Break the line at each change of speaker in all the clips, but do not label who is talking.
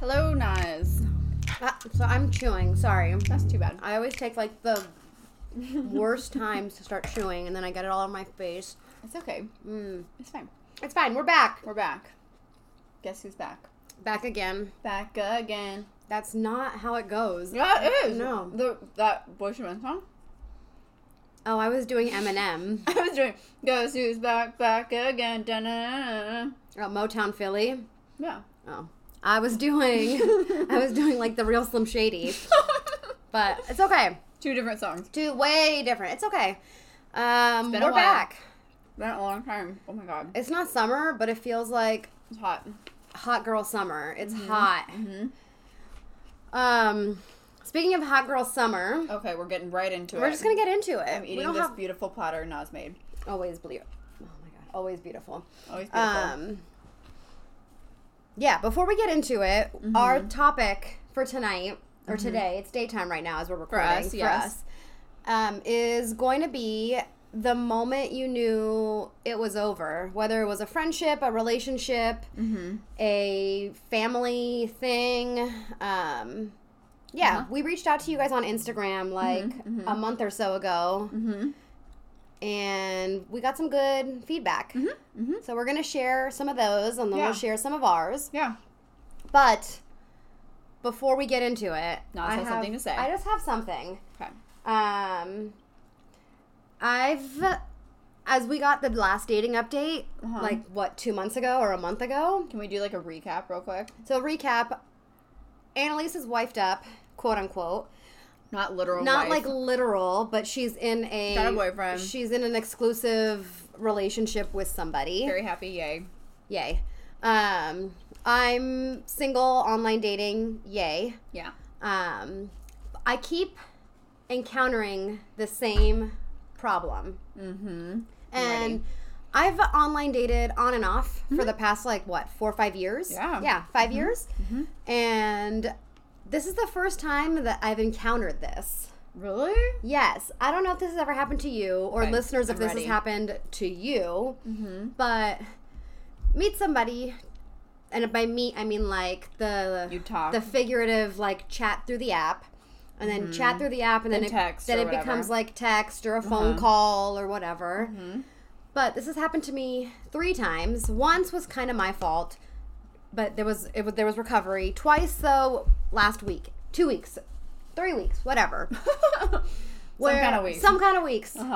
Hello, Nas.
Ah, so I'm chewing. Sorry.
That's too bad.
I always take like the worst times to start chewing, and then I get it all on my face.
It's okay.
Mm.
It's fine.
It's fine. We're back.
We're back. Guess who's back?
Back again.
Back again.
That's not how it goes.
Yeah, it is.
No.
The, that Bush Man song?
Oh, I was doing Eminem.
I was doing, guess who's back, back again. Da-na-na-na-na.
Oh, Motown Philly.
Yeah.
Oh, I was doing. I was doing like the real Slim Shady, but it's okay.
Two different songs.
Two way different. It's okay. Um,
been a
we're
while.
back.
Been a long time. Oh my god.
It's not summer, but it feels like
It's hot.
hot girl summer. It's hot.
Mm-hmm.
Um, speaking of hot girl summer,
Okay, we're getting right into it.
we're just gonna get into it.
I'm
we
eating
don't
this
have
beautiful platter Nas made.
always beautiful. Oh my god, always beautiful.
Always beautiful.
Um, yeah. Before we get into it, our
Mm-hmm.
topic for tonight or today, it's daytime right now as we're recording
us, yes.
um, is going to be the moment you knew it was over, whether it was a friendship, a relationship,
Mm-hmm.
a family thing. Um,
Uh-huh.
yeah, we reached out to you guys on
Mm-hmm,
Instagram like a month or so ago,
Mhm.
and we got some good feedback.
mhm.
So we're gonna share some of those, and then
Yeah.
we'll share some of ours.
yeah.
But before we get into it,
Nas
I
has something to say.
I just have something.
Okay.
Um, I've as we got the last dating update,
Uh-huh.
like what two months ago or a month ago.
Can we do like a recap real quick?
So recap, Annalise is wifed up, quote unquote.
Not literal.
Not
wife.
like literal, but she's in a
Got a boyfriend.
She's in an exclusive relationship with somebody.
very happy. Yay.
Yay. Um, I'm single, online dating. Yay.
Yeah.
um, I keep encountering the same problem.
Mm-hmm.
And I've online dated on and off for the past, like, what, four or five years?
Yeah.
Yeah, 5 years. And this is the first time that I've encountered this.
Really?
Yes, I don't know if this has ever happened to you or
Okay,
listeners if
I'm
this
ready.
has happened to you,
Mm-hmm.
but meet somebody. And by meet, I mean like the
You talk.
the figurative like chat through the app and then chat through the app and then,
Mm-hmm. Then
it,
text
then
or
it
whatever.
becomes like text or a phone
Uh-huh.
call or whatever
Mhm.
but this has happened to me three times once was kind of my fault but there was it was there was recovery twice though last week two weeks three weeks whatever
Some
Where-
kind of week.
some kind of weeks
Uh-huh.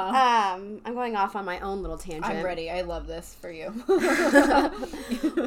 um i'm going off on my own little tangent
I'm ready. I love this for you.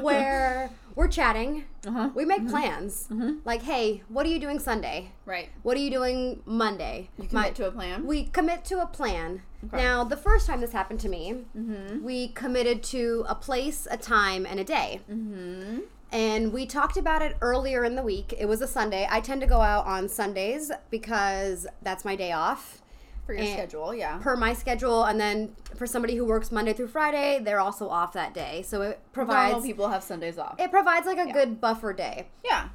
where we're chatting
Uh-huh. Mm-hmm.
we make plans like hey what are you doing sunday
Right.
What are you doing Monday?
You commit
My-
to a plan.
we commit to a plan.
Okay.
Now, the first time this happened to me,
mm-hmm.
we committed to a place, a time, and a day.
Mm-hmm.
And we talked about it earlier in the week. It was a Sunday. I tend to go out on Sundays because that's my day off
For your
And-
schedule, yeah.
per my schedule. And then for somebody who works Monday through Friday, they're also off that day. So it
Normal
provides.
people have Sundays off.
It provides like a good buffer day.
yeah.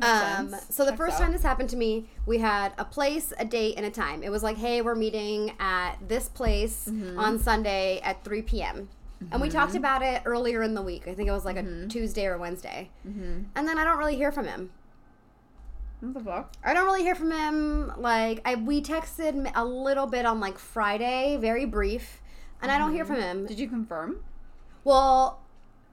Um,
sense.
so the
Checks
first
out.
time this happened to me, we had a place, a date, and a time. It was like, hey, we're meeting at this place
Mm-hmm.
on Sunday at 3 p.m. And we talked about it earlier in the week. I think it was like a Tuesday or Wednesday.
Mm-hmm.
And then I don't really hear from him.
What the fuck?
I don't really hear from him. Like I, we texted m- a little bit on like Friday, very brief, and I don't hear
Mm-hmm.
from him.
Did you confirm?
Well,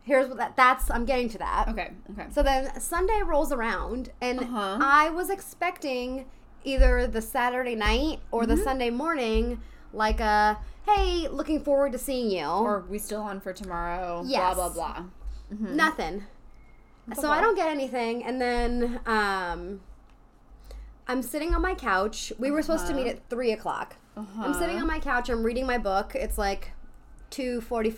here's what that, that's. I'm getting to that.
Okay. Okay.
So then Sunday rolls around, and
Uh-huh.
I was expecting either the Saturday night or
Mm-hmm.
the Sunday morning, like a hey, looking forward to seeing you.
or we still on for tomorrow?
Yes.
Blah blah blah. Mhm.
Nothing. So I
fuck?
don't get anything, and then um, I'm sitting on my couch. We were supposed to meet at three o'clock.
Uh-huh.
I'm sitting on my couch. I'm reading my book. It's like two and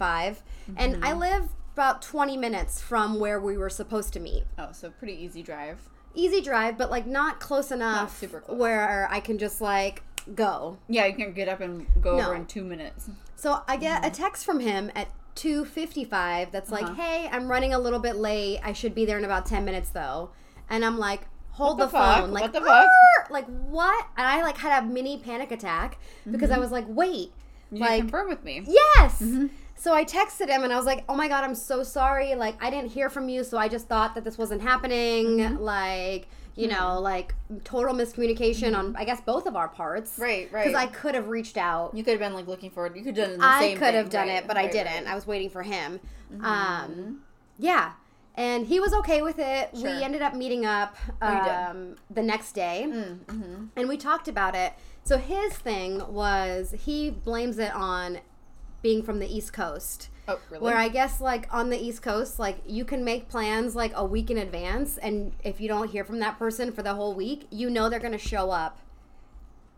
Mm-hmm.
I live about 20 minutes from where we were supposed to meet.
Oh, so pretty easy drive.
easy drive, but like not close enough
super close.
where I can just like go.
Yeah, you can get up and go
No.
over in two minutes.
So I get a text from him at 2:55 that's like,
Mm-hmm. Uh-huh.
"Hey, I'm running a little bit late. I should be there in about 10 minutes though." And I'm like, "Hold
the
the,
fuck?
phone." Like,
What the fuck?
"Arr!" Like, "What?" And I like had a mini panic attack because I was like, "Wait,
Mm-hmm. You
Like-
like, confirm Mm-hmm. with me.
Yes. So I texted him and I was like, "Oh my god, I'm so sorry. Like I didn't hear from you, so I just thought that this wasn't happening.
Mm-hmm.
Like, you know, like total miscommunication on I guess both of our parts.
Mm-hmm. Right,
Cuz
right.
I could have reached out.
you could have been like looking forward. You could have done the
I
same
could have
thing,
done
right,
it, but I
right, right. Mm-hmm.
didn't. I was waiting for him. Um yeah. And he was okay with it.
Sure. Oh,
We ended up meeting up
you did. Mm, mm-hmm.
um, the next day and we talked about it. So his thing was he blames it on being from the East Coast.
Oh, really?
Where I guess like on the East Coast, like you can make plans like a week in advance, and if you don't hear from that person for the whole week, you know they're gonna show up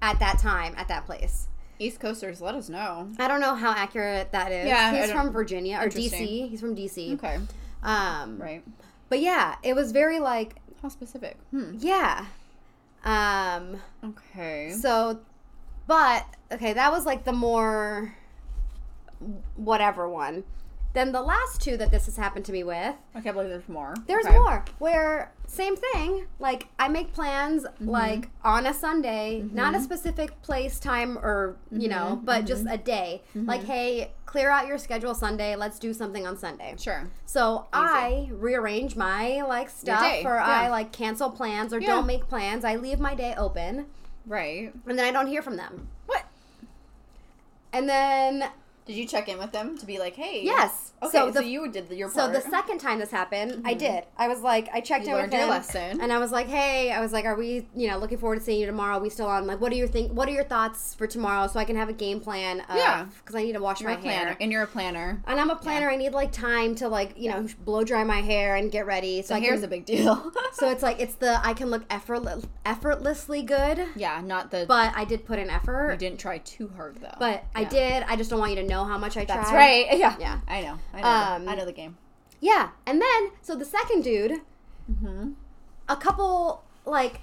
at that time at that place.
East Coasters, let us know.
I don't know how accurate that is.
Yeah, I
he's
don't-
from Virginia or DC.
Interesting.
He's from DC.
Okay,
Um,
right.
but yeah, it was very like
How specific? Hmm.
yeah. Um,
Okay.
so, but okay, that was like the more whatever one. Then the last two that this has happened to me with
I can't believe there's more.
There's
Okay.
more where same thing. Like I make plans
Mm-hmm.
like on a Sunday, not a specific place, time, or you know,
Mm-hmm.
but just a day. Like, hey, clear out your schedule Sunday. Let's do something on Sunday.
Sure.
So I rearrange my like stuff,
day,
or I
yeah.
like cancel plans, or
Yeah.
don't make plans. I leave my day open,
Right.
and then I don't hear from them.
What?
And then
Did you check in with them to be like, hey?
Yes.
Okay,
So
so,
the-
you did the, your
So
part.
the second time this happened, I did. I was like, I checked
Mm-hmm. You
in with
learned your
him,
lesson.
and I was like, hey, I was like, are we, you know, looking forward to seeing you tomorrow? Are we still on? Like, what are your think? What are your thoughts for tomorrow so I can have a game plan? Of,
Yeah.
because I need to wash
You're
my
a planner,
hair.
and you're a planner.
And I'm a planner. I need like time to like you know blow dry my hair and get ready. So
So
I
here's
can,
a big deal.
so it's like it's the I can look effortless, effortlessly good,
yeah, not the.
but I did put in effort.
you didn't try too hard though.
But I
Yeah.
did. I just don't want you to know how much I tried.
That's right. Yeah.
Yeah.
I know. I know.
Um,
I know the game.
Yeah, and then so the second dude, a couple like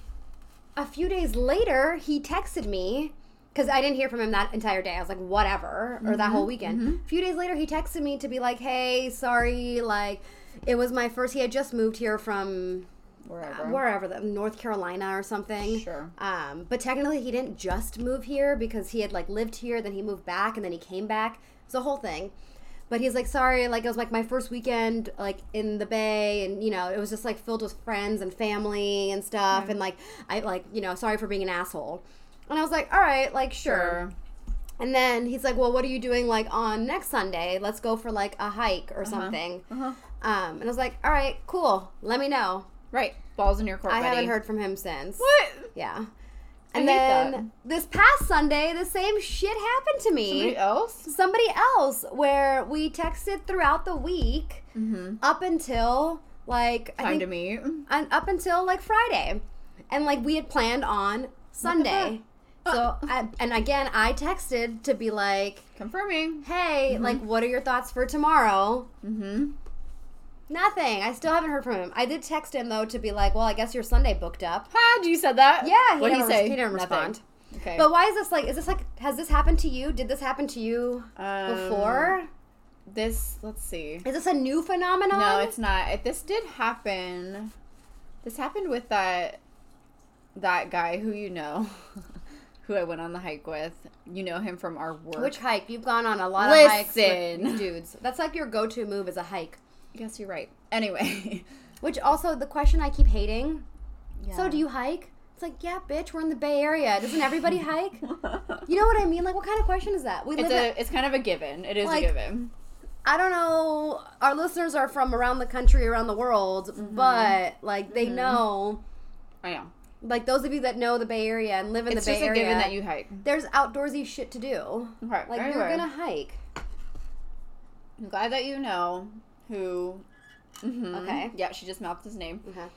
a few days later, he texted me because I didn't hear from him that entire day. I was like, whatever, or that whole weekend. A few days later, he texted me to be like, hey, sorry, like it was my first. He had just moved here from
Wherever.
wherever, the, North Carolina or something.
Sure.
Um, but technically, he didn't just move here because he had like lived here, then he moved back, and then he came back. It's a whole thing. But he's like, sorry, like it was like my first weekend like in the Bay, and you know it was just like filled with friends and family and stuff, and like I like you know sorry for being an asshole. And I was like, all right, like sure.
Sure.
And then he's like, well, what are you doing like on next Sunday? Let's go for like a hike or something.
Uh-huh.
Um, and I was like, all right, cool. Let me know.
Right. Balls in your court.
I
buddy.
haven't heard from him since.
What?
Yeah. And
hate
then
that.
this past Sunday, the same shit happened to me.
Somebody else?
Somebody else, where we texted throughout the week up until like I
Mm-hmm. Time to
think
meet.
and up until like Friday, and like we had planned on Sunday. So
Oh.
I, and again, I texted to be like,
Confirming.
"Hey, like, what are your thoughts for tomorrow?"
Mm-hmm.
Nothing. I still haven't heard from him. I did text him though to be like, "Well, I guess your Sunday booked up."
Had you said that?
Yeah, he
What did he
never res-
say?
he didn't
Nothing.
respond.
Okay.
But why is this like? Is this like? Has this happened to you? Did this happen to you
Um,
before?
this, let's see.
is this a new phenomenon?
No, it's not. It, this did happen. This happened with that that guy who you know, who I went on the hike with. You know him from our work.
Which hike? You've gone on a lot of hikes, with
Listen.
dudes. That's like your go-to move is a hike.
Yes, you're right. Anyway.
Which also the question I keep hating. So
Yeah.
do you hike? It's like, yeah, bitch, we're in the Bay Area. Doesn't everybody hike? You know what I mean? Like, what kind of question is that? We live.
It's
in-
a, it's kind of a given. It is
Like-
a given.
I don't know. Our listeners are from around the country, around the world,
Mm-hmm.
but like they know.
I know.
Like those of you that know the Bay Area and live in
It's
the Bay
just a
Area,
given that you hike.
there's outdoorsy shit to do.
Okay.
Like
anyway,
you're gonna hike.
I'm glad that you know who. Mhm.
Okay.
Yeah, she just mouthed his name.
Okay.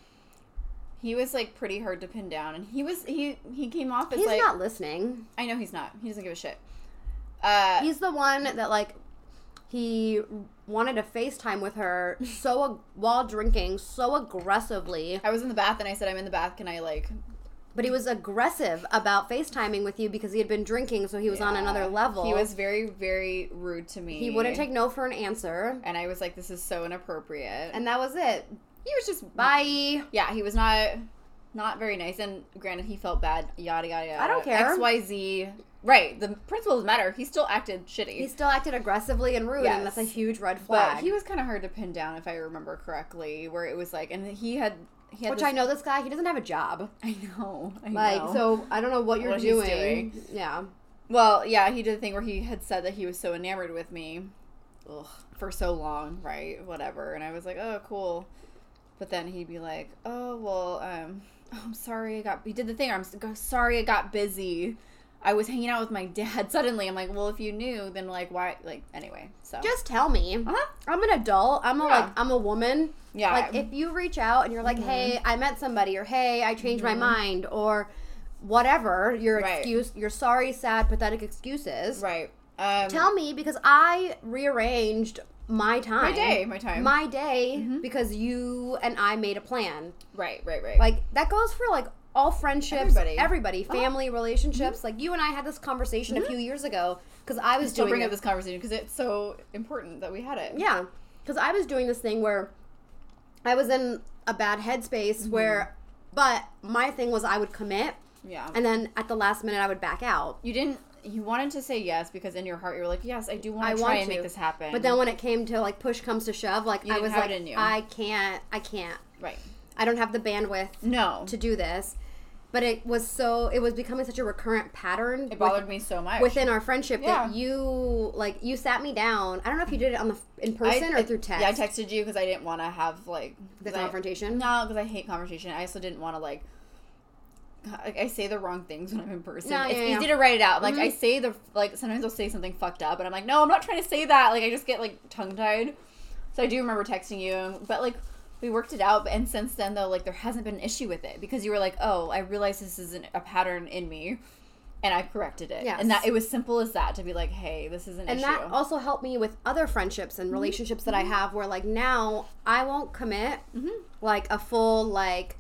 He was like pretty hard to pin down, and he was he he came off as
He's
like
not listening.
I know he's not. He doesn't give a shit. Uh,
He's the one that like he wanted to FaceTime with her so ag- while drinking so aggressively,
I was in the bath, and I said, "I'm in the bath. Can I like?"
but he was aggressive about FaceTiming with you because he had been drinking, so he was on
Yeah.
another level.
uh, He was very very rude to me.
He wouldn't take no for an answer,
And I was like, "This is so inappropriate." And
and that was it.
he was just
Bye.
yeah, he was not not very nice. And granted, he felt bad. Yada yada. yada.
I don't care.
X Y Z. Right. The principle doesn't matter. He still acted shitty.
He still acted aggressively and rude, and that's a
Yes.
huge red flag.
but he was kind of hard to pin down, if I remember correctly, where it was like, and he had. He had
Which
this-
I know this guy, he doesn't have a job.
I know. I
Like,
know.
so I don't know what you're
What he's
doing.
doing.
Yeah.
Well, yeah, he did a thing where he had said that he was so enamored with me ugh, for so long, right? Whatever. And I was like, oh, cool. But then he'd be like, oh, well, um, oh, I'm sorry I got, he did the thing, I'm s- go- sorry I got busy. I was hanging out with my dad suddenly. I'm like, well, if you knew, then like, why? Like, anyway, so.
Just tell me.
Uh-huh.
I'm an adult. I'm a
Yeah.
like I'm a woman.
Yeah. Mm-hmm.
Like if you reach out and you're like, "Hey, I met somebody," or "Hey, I changed my mind," or whatever your
Right.
excuse, your sorry, sad, pathetic excuses.
right. Um,
Tell me because I rearranged my time,
my day, my time. Mm-hmm.
my day, because you and I made a plan.
right, right, right.
Like that goes for like all friendships,
Everybody. Uh-huh. Mm-hmm.
everybody, family relationships. Like you and I had this conversation a few years ago because I was
Still
doing
bring
it-
up this conversation because it's so important that we had it.
Yeah, because I was doing this thing where I was in a bad headspace
Mm-hmm.
where, but my thing was I would commit
Yeah.
and then at the last minute I would back out.
You didn't. You wanted to say yes because in your heart you were like, yes, I do want
I
to try
want
and
to,
make this happen.
But then when it came to like push comes to shove, like I
didn't
was
have it
like,
in you.
I can't, I can't,
right?
I don't have the bandwidth
No,
to do this. But it was so, it was becoming such a recurrent pattern.
it bothered me so much.
Within our friendship,
Yeah.
that you like, you sat me down. I don't know if you did it on the in
I-
person
I-
or through text.
Yeah, I texted you because I didn't want to have like
the
'cause I-
confrontation.
no, because I hate conversation. I also didn't want to like. I I say the wrong things when I'm in person.
No,
it's
yeah, yeah.
easy to write it out. Like I
Mhm.
say the like sometimes I'll say something fucked up, and I'm like, no, I'm not trying to say that. Like I just get like tongue tied. So I do remember texting you, but like we worked it out. And since then, though, like there hasn't been an issue with it because you were like, oh, I realize this isn't a pattern in me, and I corrected it.
Yes.
And that it was simple as that to be like, hey, this is an
and
issue. Mm-hmm.
that also helped me with other friendships and relationships that I have where like now I won't commit
Mm-hmm.
like a full like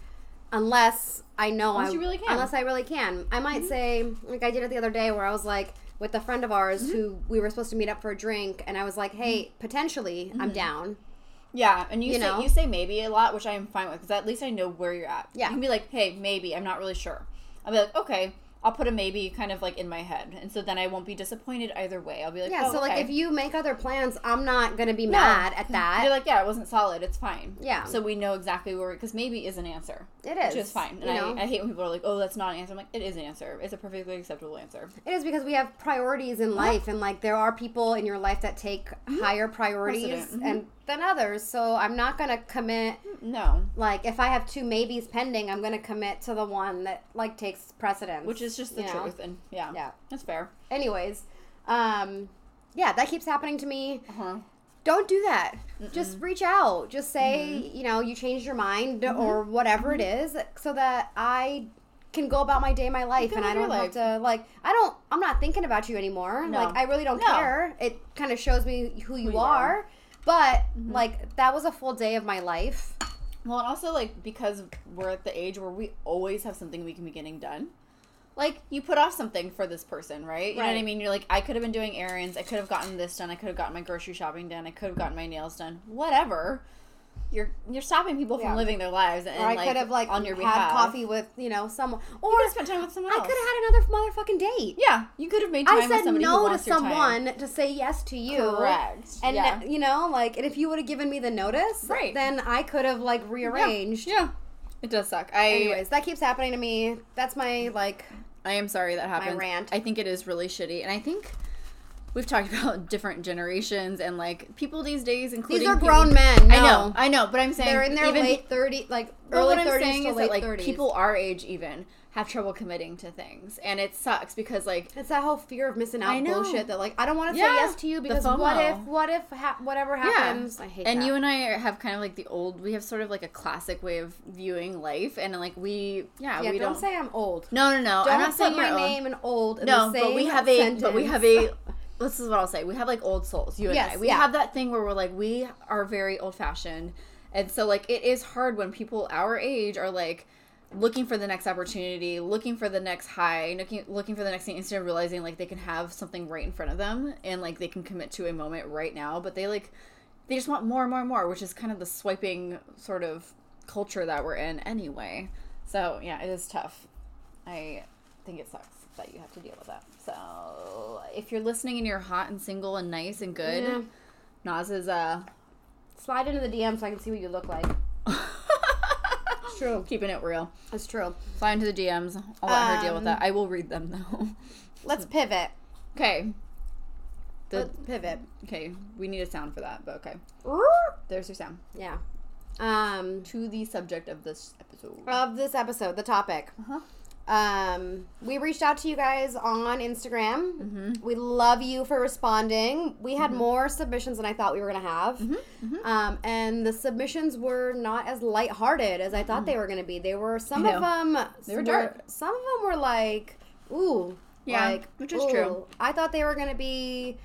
unless I know
Unless
I
you really can. Mm-hmm.
unless I really can. I might say like I did it the other day where I was like with a friend of ours
Mm-hmm.
who we were supposed to meet up for a drink and I was like, "Hey, potentially
Mm-hmm.
I'm down."
Yeah, and you,
You
say
know?
you say maybe a lot, which I am fine with because at least I know where you're at.
Yeah.
you can be like, hey, maybe I'm not really sure. I'll be like, okay, I'll put a maybe kind of like in my head, and so then I won't be disappointed either way. I'll be like,
Yeah,
oh,
so like
okay.
if you make other plans, I'm not going to be mad at that.
you're like, yeah, it wasn't solid, it's fine.
Yeah.
so we know exactly where because maybe is an answer.
It
Which
is,
is fine.
you
And I,
know?
I hate when people are like, oh, that's not an answer. I'm like, it is an answer. It's a perfectly acceptable answer.
It is because we have priorities in
Uh-huh.
life, and like there are people in your life that take higher priorities
Mm-hmm. Precedent, mhm.
and than others. So I'm not gonna commit.
No.
Like if I have two maybes pending, I'm gonna commit to the one that like takes precedence.
Which is just the
you know?
truth. And yeah.
Yeah.
That's fair.
Anyways, um, yeah, that keeps happening to me.
Uh-huh.
Don't do that. Just reach out. Just say
Mm-hmm.
you know you changed your mind or whatever it is, so that I can go about my day, my life,
can
and I
live your
don't
life.
have to like I don't I'm not thinking about you anymore.
No.
Like I really don't
No.
care. It kind of shows me who you
you
are.
are. Mm-hmm.
But like that was a full day of my life.
Well, and also like because we're at the age where we always have something we can be getting done. Like you put off something for this person, right? You know what I
Right.
mean? You're like, I could have been doing errands, I could have gotten this done, I could have gotten my grocery shopping done, I could have gotten my nails done, whatever. You're you're stopping people from
Yeah.
living their lives, and
Or I
like,
could have like
on your
had
behalf.
coffee with you know someone, or
or spent time with someone
I
else.
could have had another motherfucking date.
yeah, you could have made time
I
with
said
somebody who
no to
wants your time.
someone to say yes to you.
Correct.
And
Yeah.
you know, like, and if you would have given me the notice,
Right.
then I could have like rearranged.
Yeah, yeah. it does suck. I
Anyways, that keeps happening to me. That's my like
I am sorry that happened.
rant.
I think it is really shitty, and I think we've talked about different generations and like people these days, including
are
people-
grown men,
I know,
no.
I know, but I'm saying
they're in their
even
late thirty, like
well,
early
what I'm
thirties
saying
to
is
late
that, like,
thirties.
People our age even have trouble committing to things, and it sucks because like
it's that whole fear of missing
I
out
know.
bullshit that like I don't want to
Yeah.
say yes to you
The
because what
FOMO.
if what if ha- whatever happens? I hate
and
that.
you and I have kind of like the old. We have sort of like a classic way of viewing life, and like we yeah,
yeah,
we
don't,
don't,
say I'm old.
no no no.
Don't
I'm not
put
saying
my
you're old.
name and old. In
No,
the
but we
same
have a
sentence.
but we have a this is what I'll say. We have like old souls, you and
Yes,
I. We
yeah.
have that thing where we're like we are very old fashioned. And so like it is hard when people our age are like looking for the next opportunity, looking for the next high, looking looking for the next thing instead of realizing like they can have something right in front of them and like they can commit to a moment right now, but they like they just want more and more and more, which is kind of the swiping sort of culture that we're in anyway. So, yeah, it is tough. I think it sucks.
that you have to deal with that. So
If you're listening and you're hot and single and nice and good,
Yeah.
Nas is uh
slide into the DM so I can see what you look like. It's true.
keeping it real.
It's true.
Fly into the DMs. I'll let her deal with
Um,
that. I will read them though.
Let's pivot.
okay. The,
Let's pivot.
okay, we need a sound for that, but okay. There's your sound.
Yeah. Um,
To the subject of this episode.
of this episode, the topic.
Uh-huh.
Um, we reached out to you guys on Instagram.
Mm-hmm.
We love you for responding. We had more submissions than I thought we were gonna have,
Mm-hmm.
Um, and the submissions were not as lighthearted as I thought they were gonna be. They were some of them.
Mm. They were dark.
Some of them were like, ooh,
Yeah,
like,
which is true.
ooh. I thought they were gonna be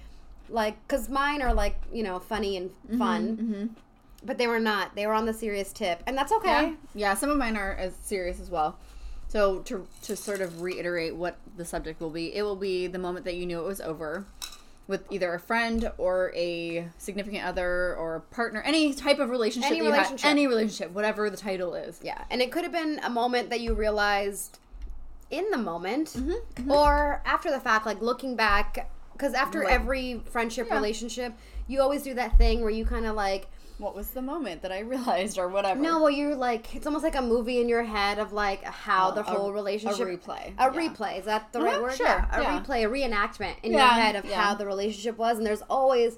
like, cause mine are like you know funny and
Mm-hmm.
fun, but they were not. They were on the serious tip, and that's okay.
Yeah. Yeah, some of mine are as serious as well. So to to sort of reiterate what the subject will be, it will be the moment that you knew it was over with either a friend or a significant other or a partner, any type of relationship,
Any
that you had-
relationship.
any relationship, whatever the title is.
Yeah, and it could have been a moment that you realized in the moment
Mm-hmm.
or after the fact, like looking back. Because after
Right.
every friendship relationship, you always do that thing where you kind of like,
What was the moment that I realized or whatever?
no, well, you're like, it's almost like a movie in your head of like how the
a-
whole
a
relationship.
replay,
A
yeah.
replay. Is that the right
Uh-huh,
word?
sure,
A
yeah.
replay, a reenactment in
Yeah,
your head of
yeah.
how the relationship was. And there's always.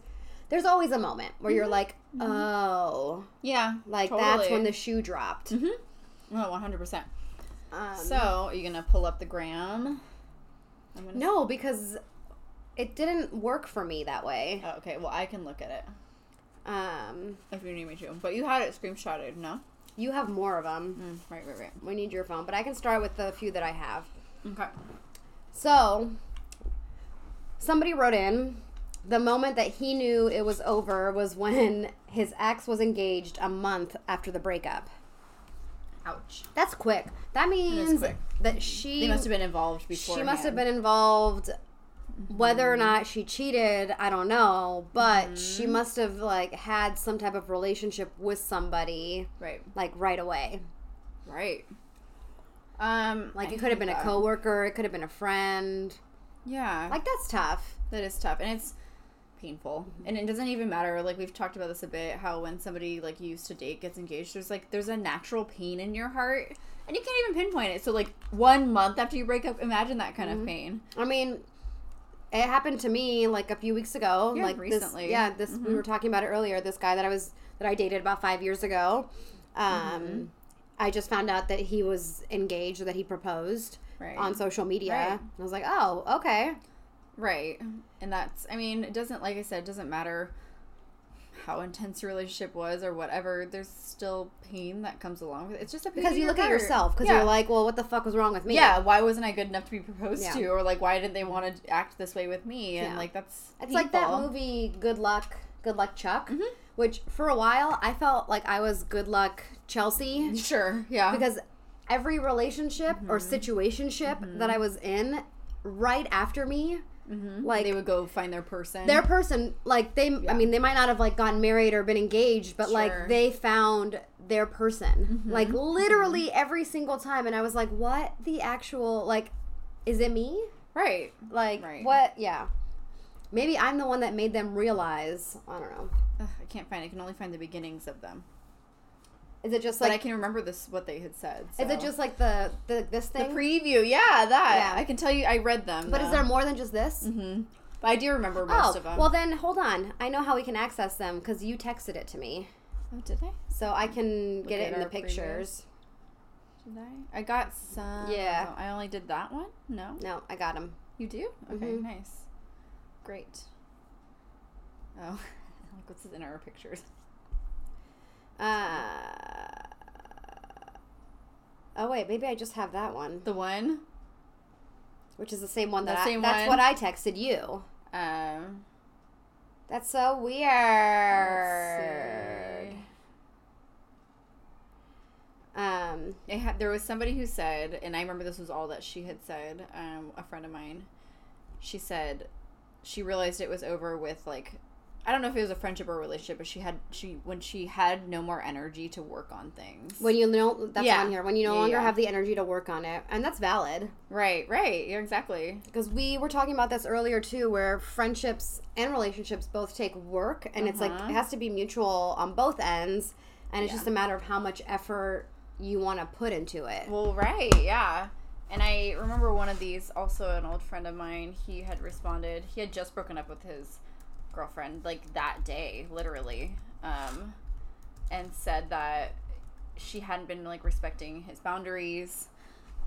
There's always a moment where
Mm-hmm.
you're like, oh,
Yeah. Mm-hmm.
like that's when the shoe dropped.
No, 100%.
Um,
Mm-hmm. So, are you going to pull up the gram? I'm gonna
No, because it didn't work for me that way.
Oh, okay, well, I can look at it
Um,
if you need me to. But you had it screenshotted, no?
you have more of them.
Mm, right, right, right.
We need your phone, but I can start with the few that I have.
Okay.
So, somebody wrote in the moment that he knew it was over was when his ex was engaged a month after the breakup.
Ouch.
That's quick. That means
quick.
that she
They must have been involved before. Mm-hmm.
she must have been involved whether or not she cheated i don't know but she must have like had some type of relationship with somebody
Right.
like right away
Right. Um,
like
I
it could have been
think
a
that-
coworker it could have been a friend
Yeah.
like that's tough
That is tough, and it's painful,
Mm-hmm.
and it doesn't even matter. Like we've talked about this a bit, how when somebody like you used to date gets engaged, there's like there's a natural pain in your heart, and you can't even pinpoint it. So like one month after you break up, imagine that kind
Mm-hmm.
of pain.
i mean it happened to me like a few weeks ago
Yeah,
like this-
recently. Mm-hmm.
yeah this we were talking about it earlier this guy that i was that i dated about five years ago um
Mm-hmm.
i just found out that he was engaged or that he proposed
Right.
on social media
Right.
and i was like oh okay
Right, and that's I mean it doesn't like I said it doesn't matter how intense your relationship was or whatever. There's still pain that comes along with it. It's just a pain
because
in
you
your
look at
heart.
yourself because
Yeah.
you're like well what the fuck was wrong with me
Yeah, why wasn't I good enough to be proposed
Yeah.
to? Or like why didn't they want to act this way with me? And
Yeah.
like that's
it's like that
painful.
movie good luck good luck chuck which for a while i felt like i was good luck chelsea
Sure, yeah.
because every relationship or situationship that i was in right after me like
they would go find their person.
their person like they i mean they might not have like gotten married or been engaged but
Sure. Mm-hmm.
like they found their person like literally every single time and i was like what the actual like is it me
right.
Like
Right.
what? Yeah. Maybe I'm the one that made them realize. I don't know.
Ugh, I can't find. I can only find the beginnings of them.
Is it just
But I
like?
can remember this what they had said.
Is it
so.
just like the the this
the
thing?
preview? Yeah, that.
Yeah.
I can tell you. I read them.
but is
though.
there more than just this?
Mhm. But I do remember most
Oh,
of them.
well then hold on. I know how we can access them because you texted it to me,
oh, did I?
so I can get
at
it in the
our previews.
pictures.
Did I? I got some.
Yeah.
Oh, I only did that one. No,
No, I got them.
you do. Okay,
Mhm.
nice. Great. Oh, like what's in our pictures?
Uh, oh wait, maybe I just have that one,
The one.
which is the same one
The
that I,
same
that's
one?
what I texted you.
Um.
That's so
let's
weird.
see.
Um,
I had, there was somebody who said, and I remember this was all that she had said. Um, a friend of mine, she said, she realized it was over with like I don't know if it was a friendship or relationship, but she had she when she had no more energy to work on things.
When you know that's
Yeah.
on here. When you no
Yeah,
longer
yeah.
have the energy to work on it, and that's valid
right, right, yeah, exactly.
because we were talking about this earlier too, where friendships and relationships both take work, and it's like
Uh-huh.
it has to be mutual on both ends, and it's
Yeah.
just a matter of how much effort you want to put into it.
Well, right, yeah. And I remember one of these, also an old friend of mine, he had responded. He had just broken up with his girlfriend, like that day, literally, um, and said that she hadn't been, like, respecting his boundaries.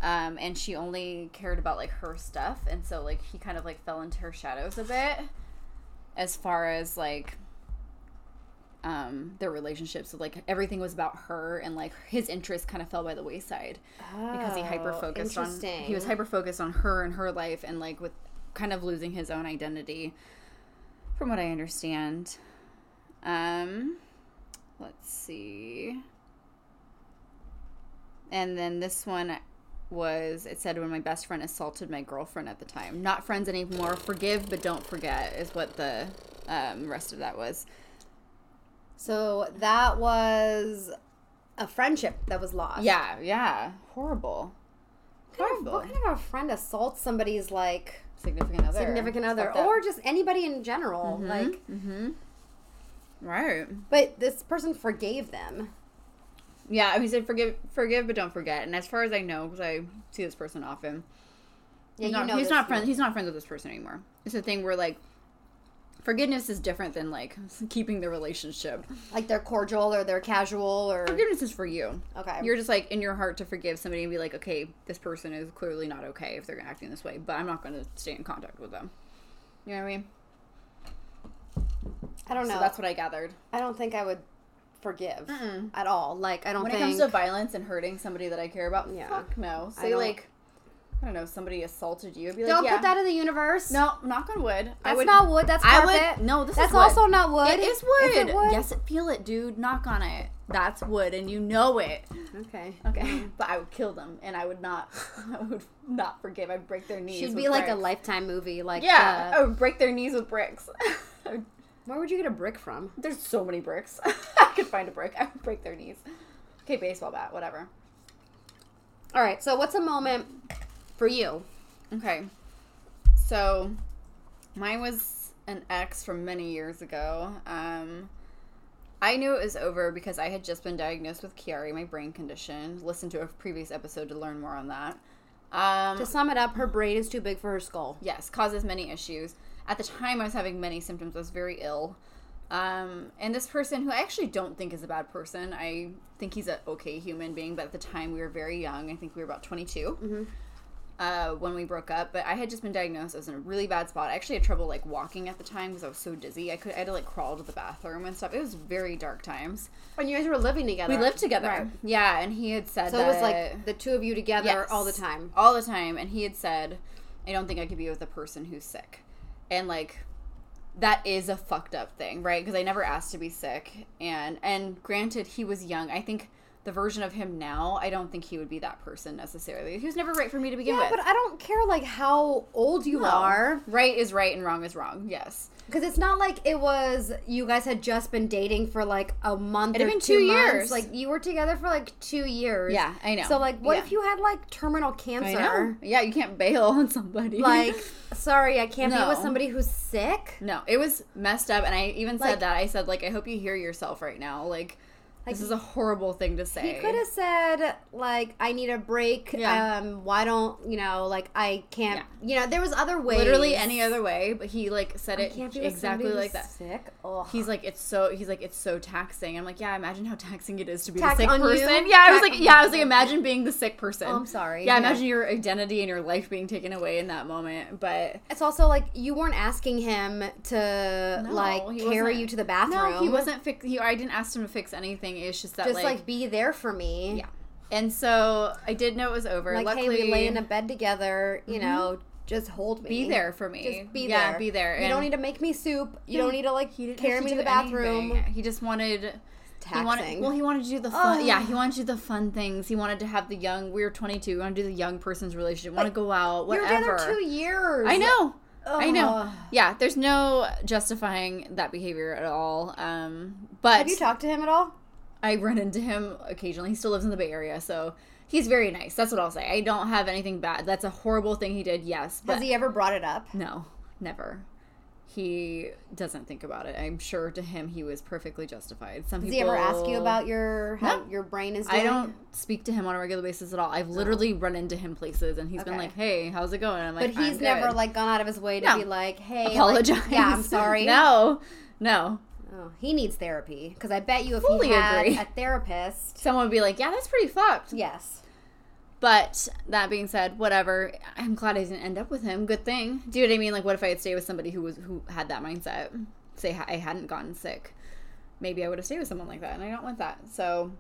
Um, and she only cared about like her stuff, and so like he kind of like fell into her shadows a bit, as far as like um their relationships. So like everything was about her, and like his interests kind of fell by the wayside because he
Oh,
hyper focused on he was
interesting.
hyper focused on her and her life and like with kind of losing his own identity from what i understand um let's see and then this one was it said when my best friend assaulted my girlfriend at the time not friends anymore forgive but don't forget is what the um, rest of that was
So that was a friendship that was lost.
yeah yeah horrible
What kind, of, what kind of a friend assaults somebody's like
significant other
significant other
Fucked up.
or just anybody in general?
Mm-hmm.
Like,
right
but this person forgave them.
Yeah, he said forgive, forgive, but don't forget. And as far as I know, because I see this person often,
Yeah,
he's not, he's
this
not
one.
friends. He's not friends with this person anymore. It's a thing where like forgiveness is different than like keeping the relationship.
Like they're cordial or they're casual or
Forgiveness is for you.
okay.
You're just like in your heart to forgive somebody and be like, okay, this person is clearly not okay if they're acting this way, but I'm not going to stay in contact with them. You know what I mean?
I don't know.
So that's what I gathered.
I don't think I would forgive at all. Like I don't
when
think
it comes to violence and hurting somebody that I care about,
Yeah.
fuck no.
I
Say
don't-
like, I don't know, somebody assaulted you. I'd be like,
don't
yeah.
put that in the universe.
No, knock on wood.
that's not wood. That's
I
carpet.
would- no, this
that's
is wood.
also not wood.
It is wood.
Is it wood?
Yes, it, feel it, dude. Knock on it. That's wood, and you know it.
Okay.
Okay, but I would kill them, and I would not. I would not forgive. I'd break their knees.
Should
with
be like a
bricks.
lifetime movie. Like
Yeah,
uh,
I would break their knees with bricks. I would-
Where would you get a brick from?
There's so many bricks. I could find a brick. I would break their knees. Okay, baseball bat, whatever.
All right. So what's a moment for you?
Okay. So mine was an ex from many years ago. Um I knew it was over because I had just been diagnosed with Chiari, my brain condition. Listen to a previous episode to learn more on that. Um
To sum it up, her brain is too big for her skull.
yes, causes many issues. At the time I was having many symptoms. I was very ill. Um and this person who I actually don't think is a bad person. I think he's a okay human being, but at the time we were very young. I think we were about 22
Mm-hmm.
uh, when we broke up, but I had just been diagnosed. I was in a really bad spot. I actually had trouble like walking at the time because I was so dizzy. I could I had to like crawl to the bathroom and stuff. It was very dark times.
When you guys were living together,
We lived together,
Uh, Right.
yeah. And he had said
So
that
it was like the two of you together
Yes.
all the time.
all the time. And he had said, "I don't think I could be with a person who's sick," and like that is a fucked up thing, right? Because I never asked to be sick, and and granted, he was young. I think. The version of him now, I don't think he would be that person necessarily. He was never right for me to begin
Yeah,
with.
but I don't care like how old you
No.
are
Right is right and wrong is wrong. Yes.
because it's not like it was you guys had just been dating for like a month. It
had
or
been
two,
two
months.
years.
Like you were together for like two years.
Yeah, I know.
So like, what
Yeah.
if you had like terminal cancer?
I know. Yeah, you can't bail on somebody.
Like, sorry, I can't be
No.
with somebody who's sick.
no, it was messed up, and I even said
Like-
that. I said like, I hope you hear yourself right now. Like, this is a horrible thing to say.
He could have said like, I need a break.
Yeah.
Um, why don't you know? Like, I can't. You know, there was other ways.
literally any other way, but he like said
I
it
can't be with
exactly
somebody
like
who's
that.
Sick. Ugh.
He's like, it's so. He's like, it's so taxing. I'm like, yeah. Imagine how taxing it is to be
Tax
the sick
on you?
person. Yeah, I was
Tax-
like, yeah, I was like, imagine being the sick person.
Oh, I'm sorry.
Yeah,
Yeah.
imagine your identity and your life being taken away in that moment. But
It's also like you weren't asking him to
No,
like
he
carry
wasn't.
you to the bathroom.
no, he wasn't fix. He, I didn't ask him to fix anything. It's just that
Just like, be there for me.
Yeah. And so I did know it was over.
Like,
Luckily, Mm-hmm.
hey, we lay in a bed together. You know, just hold me.
be there for me.
Just be
yeah,
there.
be there.
You
and
don't need to make me soup. You don't need to like
he didn't
carry
have
me to
do
the bathroom.
anything. He just wanted. He wanted,
Taxing.
well, he wanted to do the fun.
Oh.
Yeah, he wanted to do the fun things. He wanted to have the young. We were twenty two. We wanted to do the young person's relationship. Want to go out.
You were
Whatever.
together two years.
I know. I know.
Ugh.
Yeah, there's no justifying that behavior at all. Um, but
Have you talked to him at all?
I run into him occasionally. He still lives in the Bay Area, so he's very nice. That's what I'll say. I don't have anything bad. That's a horrible thing he did. Yes, but
Has he ever brought it up?
no, never. He doesn't think about it. I'm sure to him he was perfectly justified. Some
Does he
people
ever ask you about your how
No.
your brain is doing?
I don't speak to him on a regular basis at all. I've literally run into him places, and he's been
Okay.
like, "Hey, how's it going?" I'm
But
like,
he's
"I'm
never
good."
like gone out of his way to
No.
be like, "Hey, like-
apologize.
yeah, I'm sorry.
no, no.
Oh, he needs therapy because I bet you if
Fully
he had
agree.
a therapist,
Someone would be like, "Yeah, that's pretty fucked."
yes,
But that being said, whatever. I'm glad I didn't end up with him. Good thing. Do you know what I mean? Like, what if I had stayed with somebody who was who had that mindset? Say ha- I hadn't gotten sick, maybe I would have stayed with someone like that, and I don't want that. So,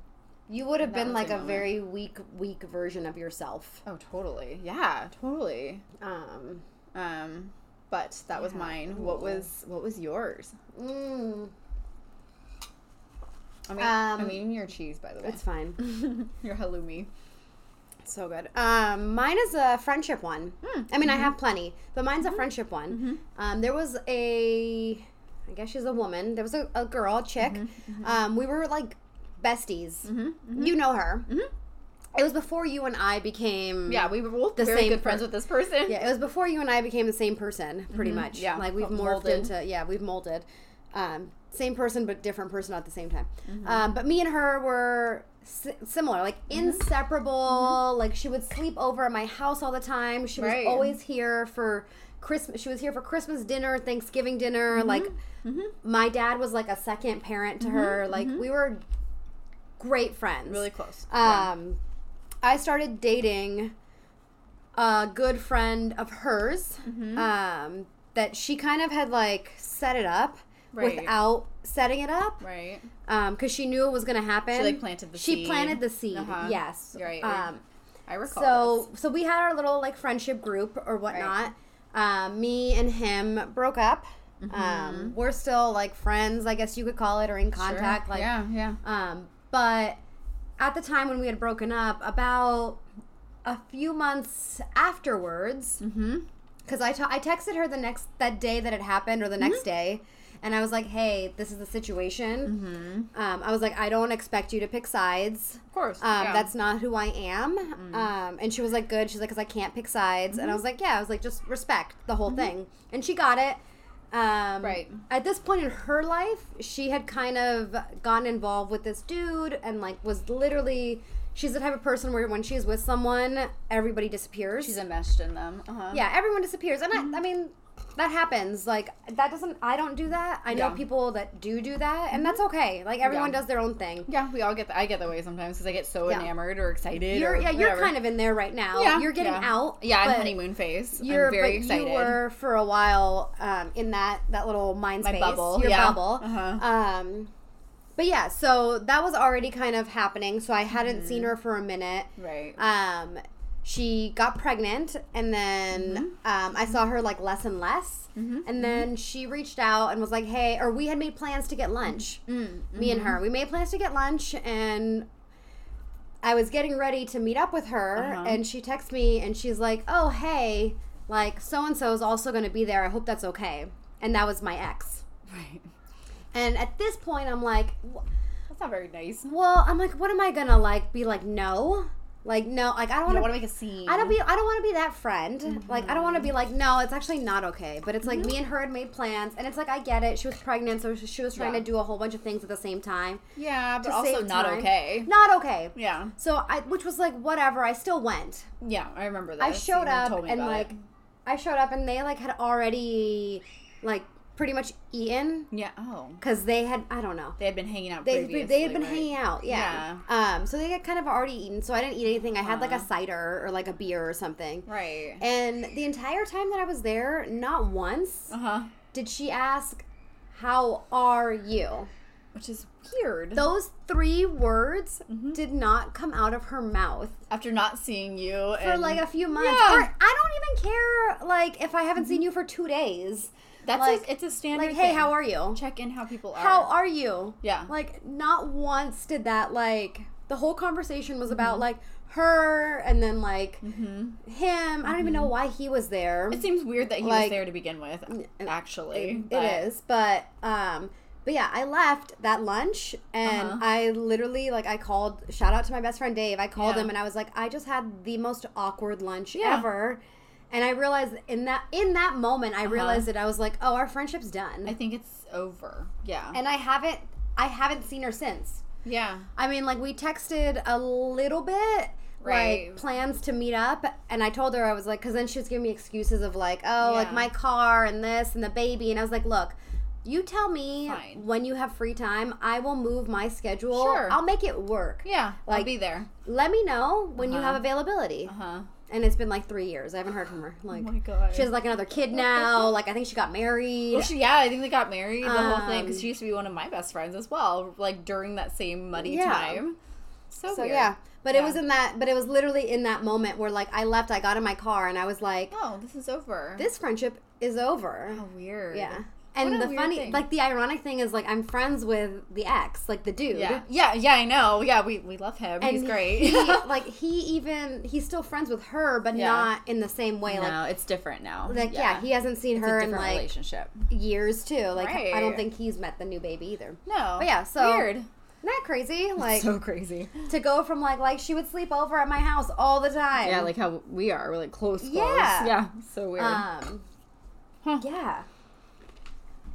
you would have
That
been
was
like
a
a
moment.
very weak, weak version of yourself.
oh, totally, yeah, totally.
Um,
Um, but that was
Yeah.
mine. What
Ooh.
was what was yours?
mm,
I mean, I'm
Um,
eating your cheese, by the way.
it's fine.
your halloumi.
It's so good. Um, mine is a friendship one.
Mm,
I mean, I have plenty, but mine's a friendship one. Um, there was a, I guess she's a woman. There was a, a girl, a chick. Um, we were like besties.
Mm-hmm.
You know her.
Mhm.
It was before you and I became.
Yeah, we were both
Mm-hmm. The
very
same
good friends
per-
with this person.
Yeah, it was before you and I became the same person, pretty
Mhm.
much.
Yeah,
like we've
but
morphed
molded.
into. Yeah, we've molded. Um, same person, but different person at the same time.
Mm-hmm.
Um, but me and her were si- similar, like
Mm-hmm.
inseparable. Like she would sleep over at my house all the time. She
Right.
was always here for Christmas. She was here for Christmas dinner, Thanksgiving dinner.
Mm-hmm.
Like my dad was like a second parent to her. Like we were great friends.
Mm-hmm. really close. Yeah.
Um, I started dating a good friend of hers
Mm-hmm.
um, that she kind of had like set it up
Right.
without setting it up
right.
because she knew it was going to happen.
She like planted the
She
seed.
planted the seed.
Uh-huh.
Yes.
Right.
Um,
I recall.
so so we had our little like friendship group or whatnot. Um, me and him broke up.
Mm-hmm.
Um, we're still like friends, I guess you could call it, or in
this. Sure.
contact. Like
yeah, yeah.
um, but at the time when we had broken up, about a few months afterwards,
Mm-hmm.
because I ta- I texted her the next that day that it happened or the next day, and I was like, "Hey, this is the situation."
Mm-hmm.
Um, I was like, "I don't expect you to pick sides.
Of course.
Um, That's not who I am."
Mm.
Um, and she was like, "Good." She's like, "Cause I can't pick sides." And
Mm-hmm.
I was like, "Yeah." I was like, "Just respect the whole thing." And she got it. Um,
Right.
At this point in her life, she had kind of gotten involved with this dude and, like, was literally. She's the type of person where when she's with someone, everybody disappears.
she's enmeshed in Mm-hmm. them. Uh-huh.
yeah, everyone disappears. And I, I mean, that happens. Like, that doesn't. I don't do that. I know
Yeah. Mm-hmm.
people that do do that, and that's okay. Like, everyone
Yeah.
does their own thing.
Yeah, we all get. The, I get that way sometimes because I get so
Yeah.
enamored or excited.
You're,
or
yeah, you're
whatever.
kind of in there right now.
Yeah,
You're getting
yeah.
out.
Yeah, I'm
but
honeymoon phase.
You're
I'm very
but
excited.
You were for a while um, in that that little mind
My
space,
bubble,
your
yeah.
bubble.
Uh-huh.
Um, but yeah, so that was already kind of happening. So I hadn't seen her for a minute.
Mm-hmm. right.
Um, she got pregnant, and then
Mm-hmm.
um, I saw her like less and less. And then she reached out and was like, "Hey," or we had made plans to get lunch.
Mm,
Me and her, we made plans to get lunch, and I was getting ready to meet up with her,
Uh-huh.
and she texts me, and she's like, "Oh, hey, like so and so is also going to be there. I hope that's okay." And that was my ex.
right.
And at this point, I'm like, "Wh-
That's not very nice. You
"Well, I'm like, what am I gonna like be like? No, like no, like I don't
don't
want to
want to make a scene.
I don't be. I don't want to be that friend. Like I don't want to be
Mm-hmm.
like. No, it's actually not okay. But it's like me and her had made plans, and it's like I get it. She was pregnant, so she she was trying
Yeah.
to do a whole bunch of things at the same time.
Yeah, but
to
also
save
not
time.
okay.
Not okay.
Yeah.
So I, which was like whatever. I still went.
Yeah, I remember that.
I showed
You
up
told me
and
about
like,
it.
I showed up and they like had already like pretty much eaten
Yeah. Oh.
because they had I don't know.
They had been hanging out.
They,
previously,
they had been
right?
hanging out, yeah. Um, so they had kind of already eaten, so I didn't eat anything. I had like a
Uh-huh.
cider or like a beer or something.
Right.
And the entire time that I was there, not once
Uh huh.
did she ask, How are you?
Which is weird.
Those three words
Mm-hmm.
did not come out of her mouth
After not seeing you
for
and
like a few months.
Yeah. Mm-hmm.
Or I don't even care, like, if I haven't seen you for two days.
that's
like-
a, it's a standard.
Like, hey,
thing.
how are you?
check in how people are?
How are you?
Yeah. Mm-hmm.
Like, not once did that, like, the whole conversation was about, like, her and then like him. I don't even
Mm-hmm.
know why he was there.
It seems weird that he was
Like-
there to begin with, actually. but-
It is, but um, but yeah, I left that lunch and
Uh-huh.
I literally like I called. Shout out to my best friend Dave. I called
Yeah.
him and I was like, I just had the most awkward lunch
Yeah.
ever. And I realized in that in that moment, I realized that I was like, oh, our friendship's done,
Uh-huh. I think it's over. Yeah.
and I haven't I haven't seen her since.
yeah.
I mean, like we texted a little bit.
Right.
Like plans to meet up, and I told her I was like, because then she was giving me excuses of like, oh,
Yeah.
like my car and this and the baby, and I was like, look, you tell me
Fine.
when you have free time, I will move my schedule.
Sure.
I'll make it work.
Yeah. I'll
Like-
be there.
Let me know when you
Uh-huh.
have availability.
Uh huh.
And it's been like three years. I haven't heard from her. Like
god.
she has like another kid now. like I think she got married.
Well, she, yeah, I think they got married the whole thing because
Um,
she used to be one of my best friends as well. Like during that same muddy
Yeah.
time. So,
So
weird.
yeah, but
Yeah.
it was in that, but it was literally in that moment where like I left, I got in my car, and I was like,
Oh, this is over.
this friendship is over.
How Oh, weird.
Yeah.
What
And
a
the
weird
funny,
thing.
like the ironic thing is, like I'm friends with the ex, like the dude.
Yeah. Yeah. Yeah. I know. Yeah. We we love him.
And
He's great.
he- like he even he's still friends with her, but
Yeah.
not in the same way. Like,
no, it's different now.
like yeah. he hasn't seen
it's
her
a
in
different
like
relationship.
years too. Like I
Right.
don't think he's met the new baby either.
No.
But yeah, so
weird.
Isn't that crazy? Like
so crazy.
to go from like like she would sleep over at my house all the time.
Yeah, like how we are. We're like close. close.
Yeah.
Yeah. So weird.
um,
Huh.
yeah.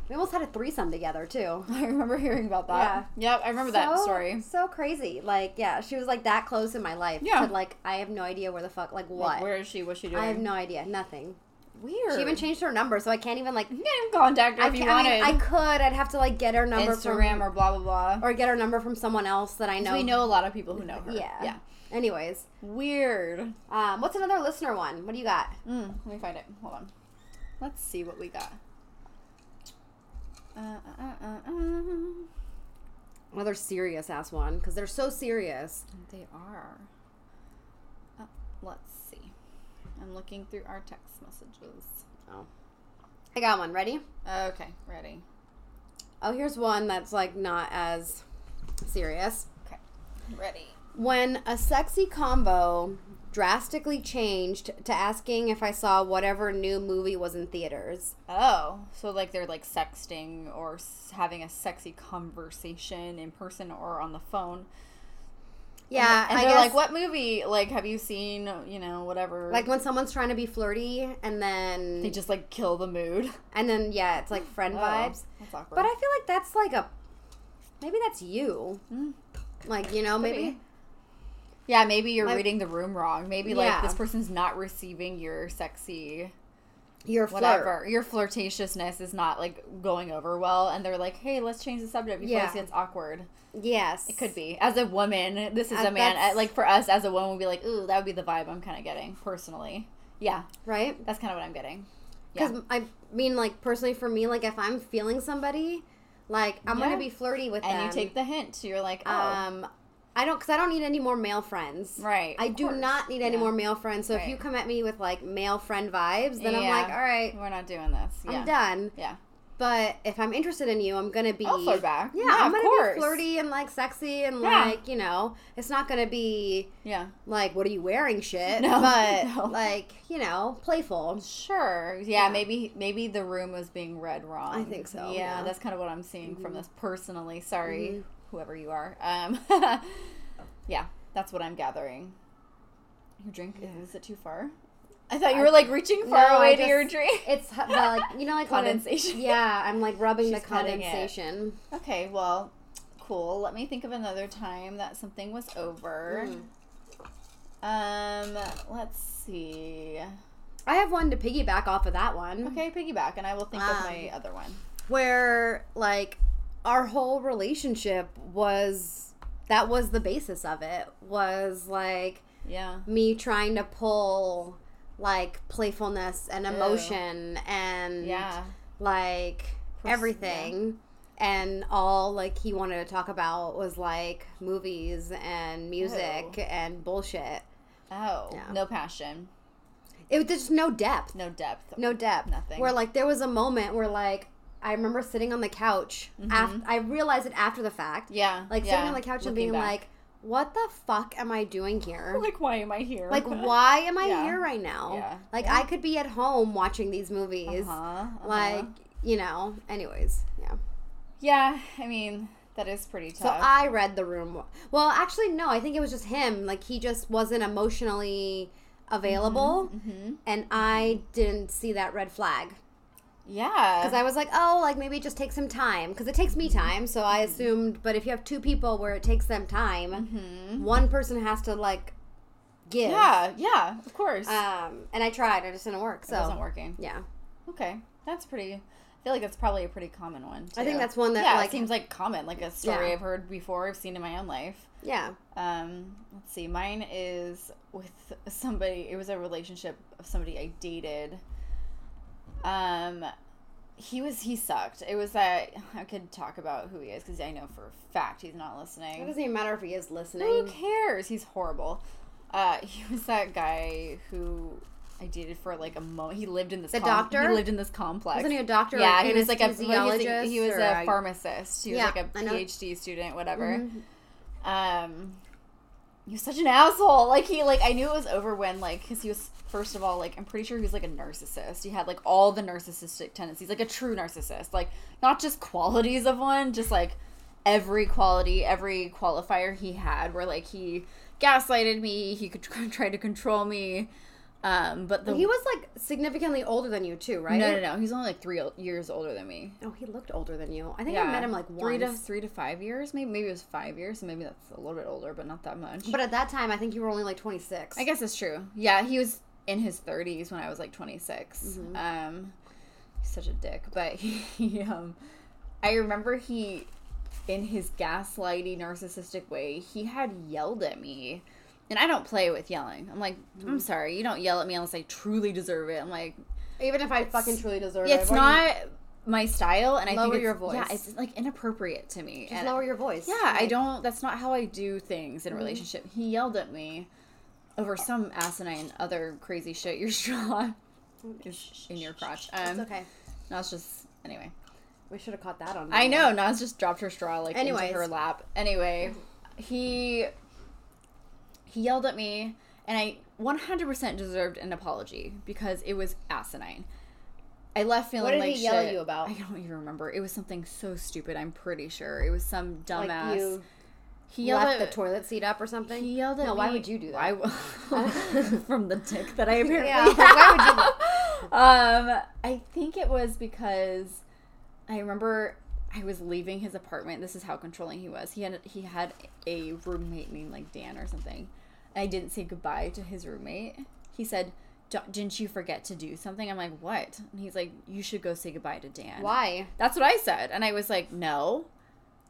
We almost had a threesome together too.
I remember hearing about that. Yep, I remember that
so,
story.
So crazy. Like, yeah, she was like that close in my life.
Yeah.
To, like, I have no idea where the fuck, like, what?
Like, where is she? What's she doing?
I have no idea. Nothing.
Weird.
She even changed her number, so I can't even, like,
You can even contact her
I,
if you
can't- I
wanted.
mean, I could. I'd have to, like, get her number
Instagram
from,
or blah blah blah.
or get her number from someone else that I know.
We know a lot of people who know her.
Yeah.
Yeah.
Anyways,
Weird.
um, what's another listener one? What do you got?
Mm, let me find it. Hold on. Let's see what we got. Uh, uh, uh, uh, uh.
Another serious ass one, because they're so serious.
They are. Uh, let's see. I'm looking through our text messages.
Oh. I got one. Ready?
Okay, ready.
Oh, here's one that's, like, not as serious.
Okay, ready.
When a sexy combo drastically changed to asking if I saw whatever new movie was in theaters.
Oh, so like they're like sexting or s- having a sexy conversation in person or on the phone.
Yeah,
And
I
they're
guess,
like, "What movie? Like, have you seen? You know, whatever."
Like when someone's trying to be flirty and then
they just like kill the mood.
and then yeah, it's like friend
Oh,
vibes.
That's awkward.
But I feel like that's like a maybe that's you.
Mm.
Like you know
Could
maybe
be. Yeah, maybe you're
Like-
reading the room wrong. Maybe like
Yeah.
this person's not receiving your sexy
you're flirt.
whatever your flirtatiousness is not like going over well and they're like hey let's change the subject before
Yeah.
this gets awkward
Yes,
it could be as a woman this is
Uh,
a man
that's-
I, like for us as a woman we'd be like ooh that would be the vibe i'm kind of getting personally yeah
right.
that's kind of what i'm getting
Because
yeah
I mean, like personally for me, like if I'm feeling somebody, like I'm
Yeah.
gonna be flirty with
and
them.
you take the hint you're like oh
Um, I don't, because I don't need any more male friends.
right
I
of
do
course.
not need any
Yeah.
more male friends. So if you
Right.
come at me with like male friend vibes, then I'm
Yeah.
like, all right,
we're not doing this yeah
I'm done.
yeah
But if I'm interested in you, I'm gonna be.
i'll flirt back
Yeah,
of
I'm gonna
course
be flirty and like sexy and
Yeah.
like you know, it's not gonna be
yeah
like what are you wearing shit,
No,
but
no.
like you know, playful.
Sure. Yeah, maybe maybe the room was being read wrong.
I think so,
Yeah,
yeah. Mm-hmm.
that's kind of what I'm seeing from this personally. Sorry,
Mhm.
whoever you are. Um, yeah, that's what I'm gathering. Your drink is it too far? I thought you
I-
were like reaching far
No,
away
I
to your
just-
drink.
It's h- the, like you know, like when it's-
Condensation.
Yeah, I'm like rubbing the
She's cutting it.
condensation.
Okay, well, cool. Let me think of another time that something was over.
Mm.
Um, let's see.
I have one to piggyback off of that one.
Okay, piggyback, and I will think of my
Um,
other one.
where like our whole relationship was that was the basis of it was like
Yeah.
me trying to pull like playfulness and
Ew.
emotion and
Yeah.
like
Pers-
everything and all like he wanted to talk about was like movies and music
Ew.
and bullshit
Oh,
Yeah.
no passion.
it was just no depth
No depth.
no depth.
Nothing.
Where like there was a moment where like I remember sitting on the couch. af I realized it after the fact.
Yeah.
Like
Mm-hmm. yeah.
sitting on the couch and
Looking
being
back.
like, what the fuck am I doing here?
Like, why am I here?
Like, why am I
Yeah.
here right now?
Yeah.
Like, I could be at home watching these movies.
Uh-huh, uh-huh.
Like, you know, anyways, yeah.
yeah, I mean, that is pretty tough.
So I read the room. Well, actually, no, I think it was just him. Like, he just wasn't emotionally
Mm-hmm.
available.
hmm
And I didn't see that red flag.
Yeah.
Because I was like, oh, like maybe it just takes some time. Because it takes me time. So I assumed, but if you have two people where it takes them time, one person has to, like, give.
Mm-hmm. yeah, yeah, of course.
Um, and I tried. It just didn't work. So
it wasn't working.
Yeah.
Okay, that's pretty. I feel like that's probably a pretty common one.
I
too.
think that's one that,
yeah,
like-
it seems like common, like a story
Yeah.
I've heard before, I've seen in my own life.
Yeah.
Um, let's see. Mine is with somebody. It was a relationship of somebody I dated. Um, he was he sucked. It was that I could talk about who he is because I know for a fact he's not
It
listening.
doesn't even matter if he is listening.
Who cares? He's horrible. Uh, he was that guy who I dated for like a moment. He lived in this.
The doctor?
He lived in this complex.
Wasn't he a doctor? or
Yeah, he was like a he was a,
anesthesiologist
he was
or
a pharmacist. He was
Yeah,
like a
I know.
PhD student, whatever.
Mhm.
Um, he was such an asshole. Like he like I knew it was over when like because he was first of all like I'm pretty sure he was like a narcissist. He had like all the narcissistic tendencies, like a true narcissist. Like not just qualities of one, just like every quality, every qualifier he had. Where like he gaslighted me, he could try to control me. Um, but the
He was like significantly older than you too, right?
no no no he's only like three o- years older than me.
Oh, he looked older than you. I think I met him like once.
three to three to five years, maybe maybe it was five years, so maybe that's a little bit older, but not that much.
But at that time, I think you were only like 26.
I guess it's true. Yeah, he was in his 30s when I was like 26.
Mm-hmm.
Um, he's such a dick, but he, um, I remember he, in his gaslighty, narcissistic way, he had yelled at me. And I don't play with yelling. I'm like,
Mm.
I'm sorry, you don't yell at me unless I truly deserve it. I'm like,
Even if I fucking truly deserve it.
it's
why
not my style, and I
Lower
think it's-
your voice.
Yeah, it's like inappropriate to me.
do you Just
And-
lower your voice.
yeah, I don't. That's not how I do things
Mm-hmm.
in a relationship. He yelled at me over some asinine other crazy shit. Your straw is in your crotch.
It's
Um,
okay.
Nas just anyway.
We should have caught that on.
I know Nas just dropped her straw like
Anyways. Mm-hmm.
into her lap. Anyway, he he yelled at me, and I 100% deserved an apology because it was asinine. I left feeling
What did
like
he yell at
shit.
you about?
I don't even remember. It was something so stupid. I'm pretty sure it was some dumbass.
Like you
he yelled
left
at
the toilet seat up or something.
he yelled at
No, why
me-
would you do that?
Why w- from the dick that I apparently
Yeah, like, why would you do that?
um, I think it was because I remember I was leaving his apartment. This is how controlling he was. He had he had a roommate named like Dan or something. I didn't say goodbye to his roommate. He said, "D- "Didn't you forget to do something?" I'm like, "What?" And he's like, "You should go say goodbye to Dan."
Why?
That's what I said, and I was like, "No."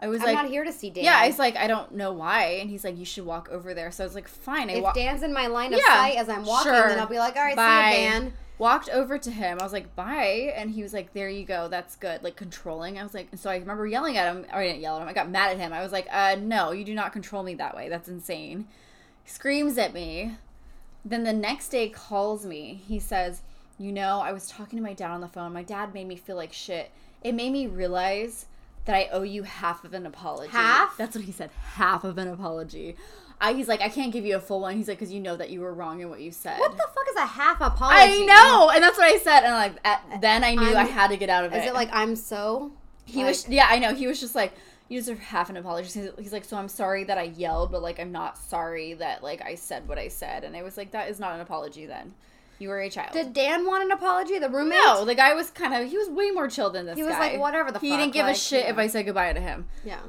I was
I'm
like,
not here to see Dan.
yeah, I was like, I don't know why. And he's like, you should walk over there. So I was like, fine. I
if
wa-
Dan's in my line of
Yeah,
sight as I'm walking,
sure.
then I'll be like, all right,
Bye.
see you, Dan.
walked over to him. I was like, bye. And he was like, there you go. That's good. Like controlling. I was like, so I remember yelling at him. Or I didn't yell at him. I got mad at him. I was like, uh, no, you do not control me that way. That's insane. Screams at me. Then the next day calls me. He says, You know, I was talking to my dad on the phone. My dad made me feel like shit. It made me realize that I owe you half of an apology.
Half?
That's what he said. Half of an apology. I, he's like, I can't give you a full one. He's like, because you know that you were wrong in what you said.
What the fuck is a half apology?
I know, and that's what I said, and like at, then I knew i
Uh, I'm-
had to get out of it.
Is it like I'm so?
he was? Yeah, I know. He was just like, you deserve half an apology. He's, he's like, so I'm sorry that I yelled, but like I'm not sorry that like I said what I said, and I was like, that is not an apology. Then you were a child.
Did Dan want an apology? The roommate?
no, the guy was kind of he was way more chill than this.
He was
guy.
like, whatever the
He
fuck,
didn't give
like,
a shit
yeah.
if I said goodbye to him.
Yeah.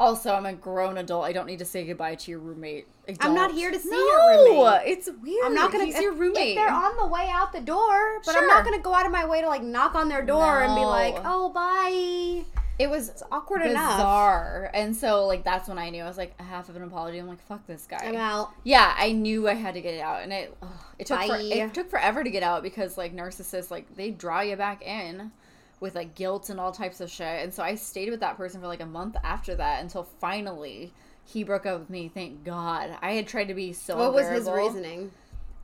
Also, I'm a grown adult. I don't need to say goodbye to your roommate. I
I'm not
don't.
here to see
no,
your roommate.
It's weird.
I'm not gonna.
He's
if-
your roommate.
If they're on the way out the door, but I'm
Sure.
not gonna go out of my way to like knock on their door and be
No.
like, "Oh, bye."
it was
It's awkward enough.
bizarre. And so like that's when I knew I was like a half of an apology. I'm like fuck this guy.
I'm out.
Yeah, I knew I had to get it out, and it ugh, it took for,
Bye.
it took forever to get out because like narcissists like they draw you back in with like guilt and all types of shit. And so I stayed with that person for like a month after that until finally he broke up with me. Thank God. I had tried to be so.
What was his
unbearable.
reasoning?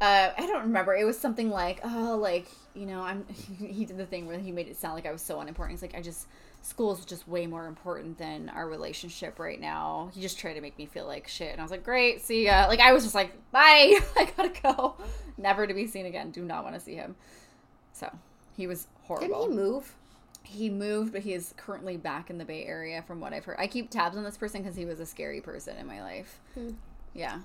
uh, I don't remember. It was something like, oh, like you know, I'm. He did the thing where he made it sound like I was so unimportant. He's like, I just school's just way more important than our relationship right now. He just tried to make me feel like shit, and I was like, great, see ya. Like I was just like, bye, I gotta go, never to be seen again. Do not want to see him. So he was horrible.
Didn't he move?
He moved, but he is currently back in the Bay Area, from what I've heard. I keep tabs on this person because he was a scary person in my life.
Hmm.
Yeah.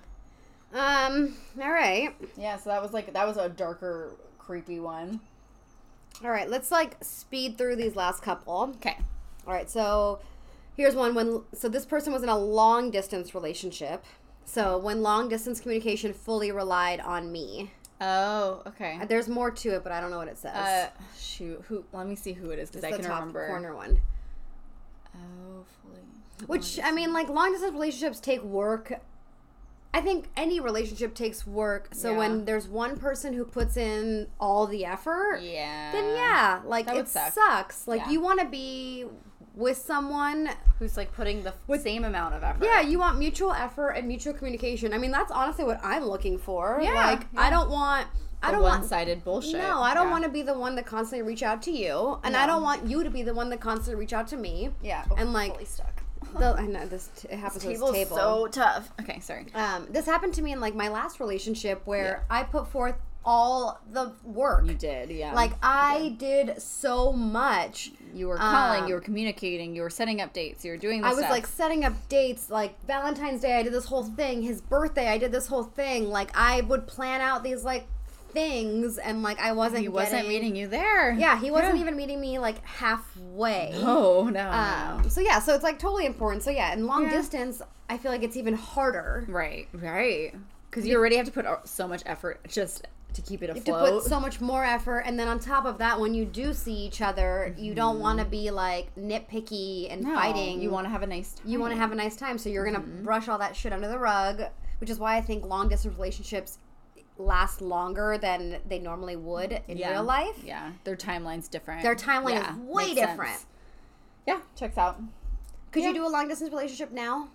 Um. All right.
Yeah, so that was like that was a darker, creepy one.
All right. Let's like speed through these last couple.
Okay.
All right, so here's one when so this person was in a long distance relationship. So when long distance communication fully relied on me.
Oh, okay.
Uh, There's more to it, but I don't know what it says.
Uh, shoot. Who? Let me see who it is because
it's
I
the
can
top
remember.
corner one.
Oh, fully.
Which I mean, like long distance relationships take work. I think any relationship takes work. So
Yeah.
when there's one person who puts in all the effort,
Yeah.
then yeah,
Uh,
like
That would
it
suck.
sucks. Like
Yeah.
you want to be with someone
Who's like putting the same amount of effort?
Yeah, you want mutual effort and mutual communication. I mean, that's honestly what I'm looking for.
Yeah,
like
yeah.
I don't want I
The
don't want
one-sided bullshit.
No, I don't
Yeah.
want to be the one that constantly reach out to you, and I
No.
don't want you to be the one that constantly reach out to me.
Yeah. Oh,
and like
fully stuck.
the, I know this t- it happens to this table.
tough. Okay, sorry.
um, this happened to me in like my last relationship where I put forth all the work.
You did, yeah.
Like I did so much.
you were calling,
um,
you were communicating, you were setting up dates, you were doing. This
I was
stuff.
like setting up dates, like Valentine's Day, I did this whole thing. His birthday, I did this whole thing. Like I would plan out these like things, and like I wasn't.
he wasn't
getting-
meeting you there.
Yeah, he wasn't
Yeah.
even meeting me like halfway.
Oh no, no, no.
Um, so yeah, so it's like totally important. So yeah, in long
Yeah. Mm.
distance, I feel like it's even harder
Right, right. Because you already have to put o- so much effort just to keep it
to put
afloat.
so much more effort. And then on top of that, when you do see each other, you don't want to be like nitpicky and
Mm-hmm. No,
fighting.
You want to have a nice. Time.
you want to have a nice time so you're gonna
Mm-hmm.
brush all that shit under the rug which is why i think long distance relationships last longer than they normally would in
Yeah.
real life
Yeah, their timeline's different.
their timeline
Yeah,
is way
makes sense.
different
Yeah, checks out.
could
Yeah.
you do a long distance relationship now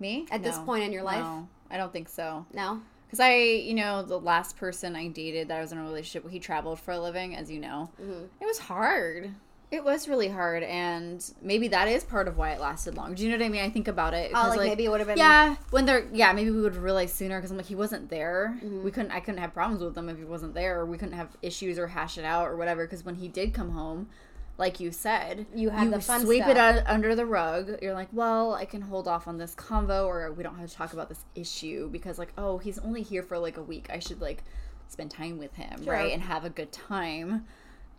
Me
At this point in your life?
No, I don't think so.
no
Because I, you know, the last person I dated that I was in a relationship with, he traveled for a living, as you know. It was hard. Mm-hmm. It was really hard, and maybe that is part of why it lasted long. Do you know what I mean? I think about it.
oh
'cause,
like, maybe it would have been
yeah, when they're yeah, maybe we would realize sooner because I'm like he wasn't there. We couldn't I couldn't have problems with him if he wasn't there. Or we couldn't have issues or hash it out or whatever. Because when he did come home, like you said,
You had the fun
sweep it
stuff.
un- under the rug. You're like, well, I can hold off on this convo, or we don't have to talk about this issue because like oh he's only here for like a week. I should like spend time with him
Sure.
right and have a good time.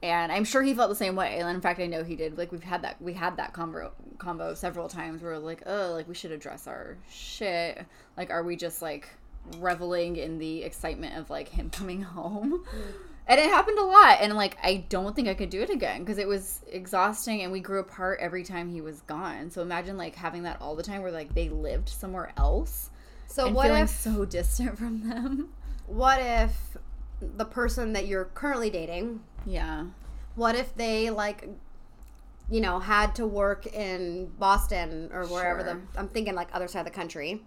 And I'm sure he felt the same way. And in fact, I know he did. Like we've had that we had that convo combo several times where we're like, oh, like we should address our shit. Like, are we just like reveling in the excitement of like him coming home? And it happened a lot. And like I don't think I could do it again because it was exhausting. And we grew apart every time he was gone. So imagine like having that all the time where like they lived somewhere else
so
and
what
feeling
if
so distant from them.
what if the person that you're currently dating
Yeah.
what if they like you know had to work in boston or wherever
Sure.
the i'm thinking like other side of the country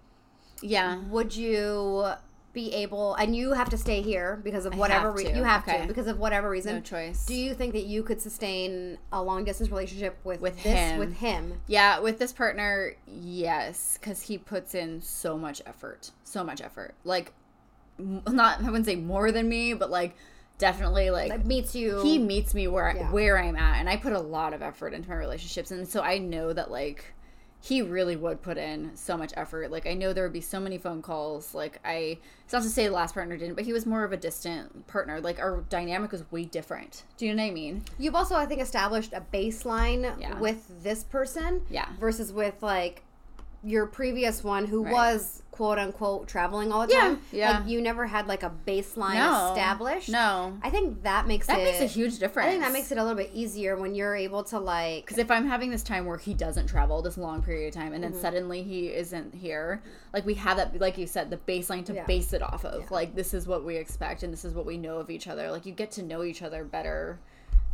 Yeah.
would you be able and you have to stay here because of whatever
have
reason
to,
you have
okay.
to because of whatever reason
No choice.
do you think that you could sustain a long distance relationship with,
With
this
him.
with him
Yeah, with this partner, yes, because he puts in so much effort, so much effort. Like, m- not I wouldn't say more than me, but like definitely like,
like meets you
he meets me where I,
Yeah.
where I'm at, and I put a lot of effort into my relationships, and so I know that like he really would put in so much effort. Like I know there would be so many phone calls. Like I, it's not to say the last partner didn't, but he was more of a distant partner. Like our dynamic was way different. Do you know what I mean?
you've also i think established a baseline
Yeah.
with this person
Yeah.
versus with like your previous one who
Right.
was quote unquote traveling all the
Yeah,
time
yeah.
like you never had like a baseline
No,
established
no.
i think that makes
That
it
makes a huge difference.
i think that makes it a little bit easier when you're able to like
because if I'm having this time where he doesn't travel this long period of time, and then suddenly he isn't here, like we have that, like you said, the baseline to
Yeah.
base it off of. Like this is what we expect, and this is what we know of each other. Like you get to know each other better,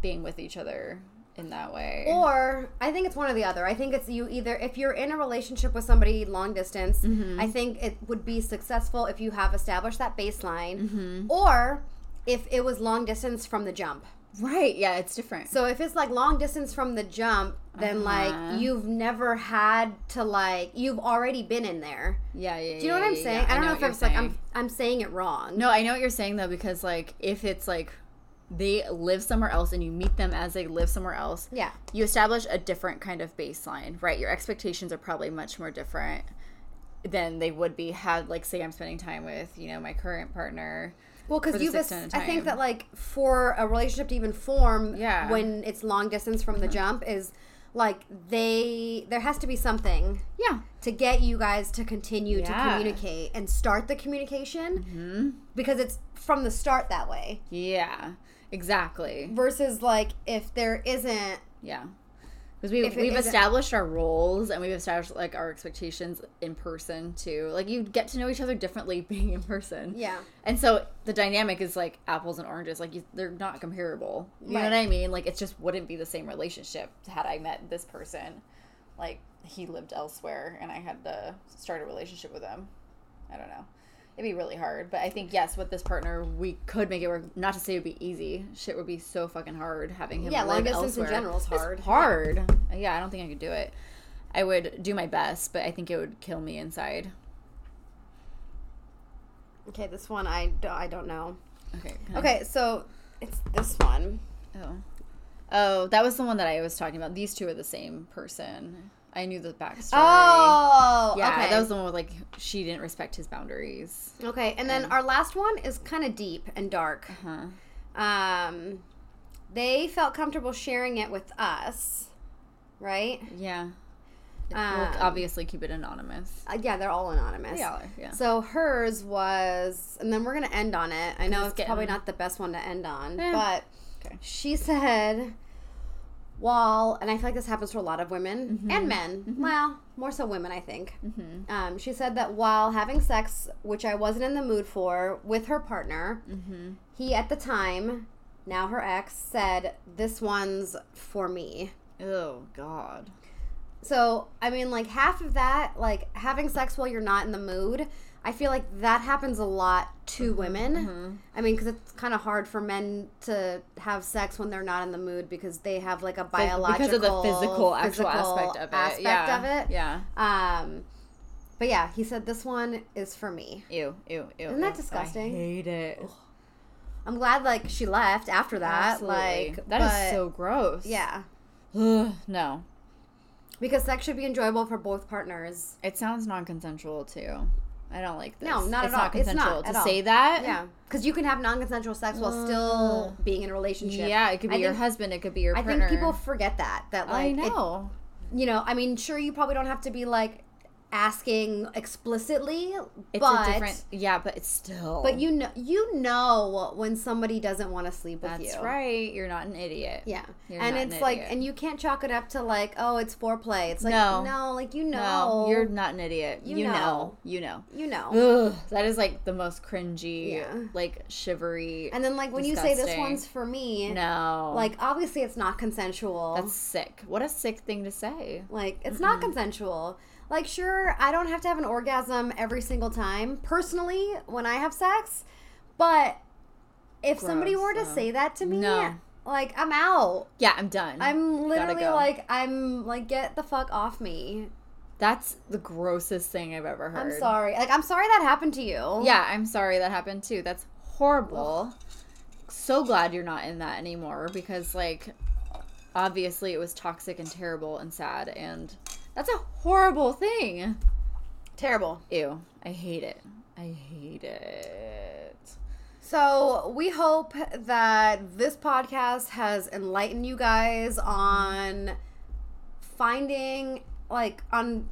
being with each other in that way.
Or I think it's one or the other. I think it's you either if you're in a relationship with somebody long distance,
Mm-hmm.
I think it would be successful if you have established that baseline
Mm-hmm.
or if it was long distance from the jump.
right. Yeah, it's different.
So if it's like long distance from the jump, then
Uh-huh.
like you've never had to like you've already been in there.
yeah, yeah.
Do you know what I'm saying? I don't know, if
you're
it's like I'm I'm saying it wrong.
No, I know what you're saying though, because like if it's like they live somewhere else and you meet them as they live somewhere else,
Yeah.
you establish a different kind of baseline, right? Your expectations are probably much more different than they would be had, like, say, I'm spending time with, you know, my current partner.
Well,
for
because
the
you've,
sixth
es-
and a
I think
time.
that like for a relationship to even form,
Yeah. Mm-hmm.
when it's long distance from the jump is like they there has to be something
Yeah.
to get you guys to continue
Yeah. Mm-hmm.
to communicate and start the communication because it's from the start that way
Yeah. Exactly.
versus like if there isn't
Yeah. Because we,
If it
we've
isn't-
established our roles and we've established like our expectations in person too. Like you get to know each other differently being in person.
yeah
And so the dynamic is like apples and oranges. Like you, they're not comparable. You know what
Right.
I mean? Like it just wouldn't be the same relationship had I met this person. Like he lived elsewhere and I had to start a relationship with him. I don't know. It'd be really hard. But I think, yes, with this partner, we could make it work. Not to say it would be easy. Shit would be so fucking hard having him
Yeah,
live
long distance in
elsewhere.
general is
It's
hard.
hard. yeah, I don't think I could do it. I would do my best, but I think it would kill me inside.
okay this one I don't I don't know
Okay. can I-
okay so it's this one
Oh. Oh, that was the one that I was talking about. These two are the same person. I knew the backstory.
oh
yeah.
okay
That was the one with like she didn't respect his boundaries.
okay and then our last one is kind of deep and dark.
Huh.
um, they felt comfortable sharing it with us, right?
Yeah.
Um,
we'll obviously keep it anonymous.
uh, yeah, they're all anonymous.
They are, yeah.
So hers was, and then we're gonna end on it. I know
it's
it's probably
getting-
not the best one to end on,
Eh.
but
Okay.
she said, "While," and I feel like this happens to a lot of women
Mm-hmm.
and men. Well, more so women, I think. Um, she said that while having sex, which I wasn't in the mood for, with her partner,
Mm-hmm.
he at the time, now her ex, said, "This one's for me."
Oh God.
So, I mean, like half of that, like having sex while you're not in the mood, I feel like that happens a lot to women.
Mm-hmm.
I mean, because it's kind of hard for men to have sex when they're not in the mood because they have like a biological
because of the physical actual
physical
aspect of it.
aspect
yeah.
of it.
Yeah.
Um, but yeah, he said this one is for me.
Ew. Ew. Ew.
Isn't that
ew.
disgusting?
I hate it.
I'm glad like she left after that.
Absolutely.
Like
that is
but-
so gross.
yeah,
Ugh, no.
because sex should be enjoyable for both partners.
It sounds non-consensual too. I don't like this.
No, not
it's
at all.
Not
It's not
consensual.
at
to
all.
say that.
Yeah, because you can have non-consensual sex while still being in a relationship.
Uh. Yeah, it could be
I
your
think-
husband. It could be your
I
partner.
think people forget that. That like,
I
it-
know.
you know, I mean, sure, you probably don't have to be like asking explicitly,
it's
but
a different. Yeah, but it's still.
but you know, you know when somebody doesn't want to sleep with
That's
you.
right. You're not an idiot.
Yeah,
You're
and
not an
it's like,
idiot.
and you can't chalk it up to like, oh, it's foreplay. It's like,
No.
no, like you know,
No, you're Mm. not an idiot. You,
You
know.
know.
You know.
you know.
Ugh, that is like the most cringy,
Yeah.
like shivery.
And then like when you say this
disgusting.
one's for me,
no,
like obviously it's not consensual.
that's sick. What a sick thing to say.
Like, it's
Mm-hmm.
not consensual. Like, sure, I don't have to have an orgasm every single time, personally, when I have sex, but if somebody
Gross,
were to
though.
say that to me,
No.
like, I'm out.
Yeah, I'm done.
I'm literally
go.
like, I'm like, get the fuck off me.
That's the grossest thing I've ever heard.
I'm sorry. Like, I'm sorry that happened to you.
Yeah, I'm sorry that happened too. That's horrible. So glad you're not in that anymore because, like, obviously it was toxic and terrible and sad, and that's a horrible thing.
Terrible.
Ew, I hate it. I hate it.
So, we hope that this podcast has enlightened you guys on finding, like, on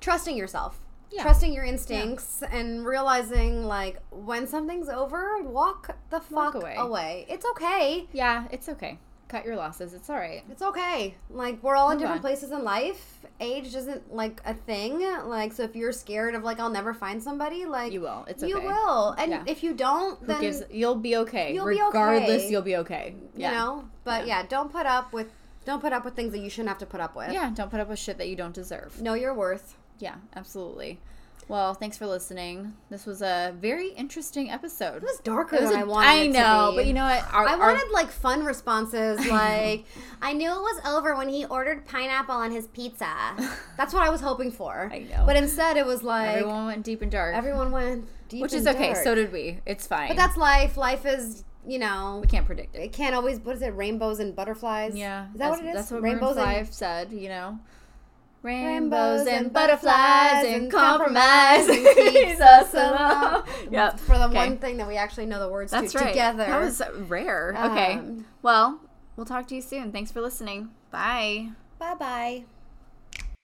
trusting yourself,
Yeah.
trusting your instincts, and realizing, like, when something's over, walk the
Walk
fuck
away.
away. It's okay.
Yeah, it's okay. Cut your losses. It's all right.
It's okay. Like, we're all in
Move
different
on.
places in life. Age isn't, like, a thing. Like, so if you're scared of, like, I'll never find somebody, like,
You will. It's okay.
You will. And
Yeah.
if you don't,
Who
then.
gives- you'll be okay.
You'll be
Regardless,
okay.
you'll be okay. Yeah.
you know But yeah. don't put up with don't put up with things that you shouldn't have to put up with.
Yeah, don't put up with shit that you don't deserve.
Know your worth.
Yeah, absolutely. Well, thanks for listening. This was a very interesting episode.
It was darker
It was
than
a-
I wanted.
I know,
it to be.
but you know what? Our,
I
our-
wanted like fun responses. Like, I knew it was over when he ordered pineapple on his pizza. That's what I was hoping for.
I know.
but instead it was like everyone,
everyone went deep and dark,
went deep,
which
and
is okay.
dark.
So did we. It's fine.
but that's life. Life is you know
we can't predict it.
it can't always. What is it? Rainbows and butterflies.
Yeah,
is that what
that's-
it is?
That's what
Rainbows
Rainbows
and-
Five said. You know, rainbows and butterflies and compromise keeps us alone. Yep.
For the
Okay.
one thing that we actually know the words
That's
to
right.
together.
That was rare. okay.
Um,
Well, we'll talk to you soon. Thanks for listening. Bye.
Bye bye.